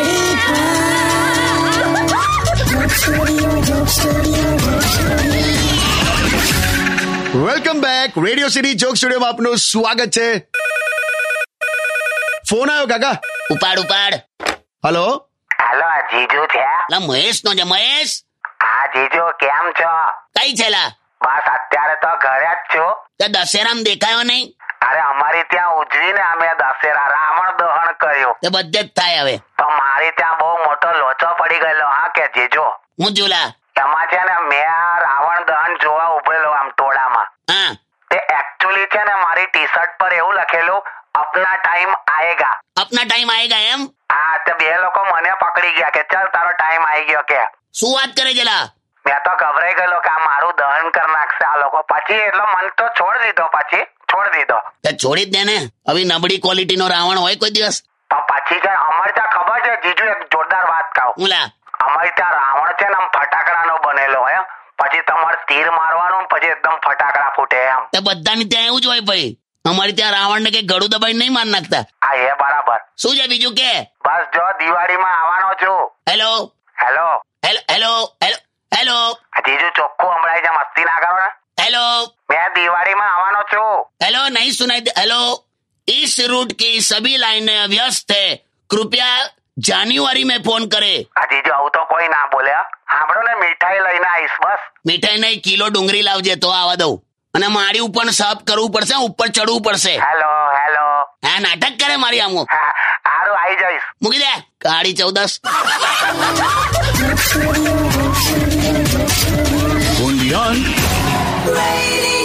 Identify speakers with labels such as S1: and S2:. S1: સીડી
S2: welcome back Radio City joke studio આપનું સ્વાગત છે ફોન આવ્યો કાકા
S3: ઉપાડ ઉપાડ
S2: હલો
S4: હાલો આ જીજુ છે
S3: લા મહેશ નો છે મહેશ
S4: હા જીજુ કેમ છો
S3: કઈ છે લા
S4: બસ અત્યારે તો ઘરે જ છું
S3: તે દશેરામ દેખાયો નહીં
S4: અરે અમારી ત્યાં ઉજવીને અમે દશેરા રાવણ દહન કર્યું
S3: તે બધે જ થાય હવે
S4: તો મારી ત્યાં બહુ મોટો લોચો પડી ગયેલો હા કે જીજુ
S3: હું જુલા
S4: એમાં છે ને મેં આ રાવણ દહન જોવા ઉભેલો આમ ટોળામાં
S3: હા
S4: તે એકચ્યુઅલી છે ને મારી ટી શર્ટ પર એવું લખેલું અપના ટાઈમ આયેગા
S3: આપના ટાઈમ આયેગા એમ
S4: હા તે બે લોકો મને પકડી ગયા કે ચાલ તારો ટાઈમ આવી ગયો કે
S3: શું વાત કરે છે લા
S4: મેં તો ગભરાઈ ગયેલો કે આ મારું દહન કરી નાખશે આ લોકો પછી એટલે મન તો છોડ દીધો પછી છોડ દીધો
S3: તે છોડી જ દે ને આવી નબળી ક્વોલિટી નો રાવણ હોય કોઈ દિવસ
S4: પણ પછી છે અમારે ત્યાં ખબર છે જીજુ એક જોરદાર વાત કહું
S3: હું લા
S4: અમારે ત્યાં રાવણ છે ને આમ ફટાકડાનો બનેલો હે પછી તમારે તીર મારવાનું ને પછી એકદમ ફટાકડા ફૂટે એમ
S3: તે બધાની ત્યાં એવું જ હોય ભાઈ અમારી ત્યાં રાવણ ને કઈ ગળું દબાઈ નહીં માર નાખતા
S4: હા એ બરાબર
S3: શું છે બીજું કે
S4: બસ જો દિવાળીમાં આવવાનો છું
S3: hello
S4: hello
S3: hello hello hello hello
S4: આ જીજુ ચોખ્ખું હમણાં જ મસ્તી ના કરો ને
S3: હેલો
S4: મેં દિવાળીમાં આવવાનો છું
S3: हेलो नहीं सुनाई दे हेलो इस रूट की सभी लाइनें व्यस्त है कृपया जान्युआरी में फोन करें
S4: આ જીજુ આવું તો કોઈ ના બોલે હે. સાંભળો ને મીઠાઈ લઈને આવીશ બસ
S3: મીઠાઈ નહીં કિલો ડુંગળી લાવજે તો આવા દઉં અને મારી ઉપર સાફ કરવું પડશે ઉપર ચડવું પડશે
S4: હેલો હેલો
S3: હા નાટક કરે મારી આમો
S4: હા સારું આવી જઈશ
S3: મૂકી દે કાળી ચૌદસ
S1: Radio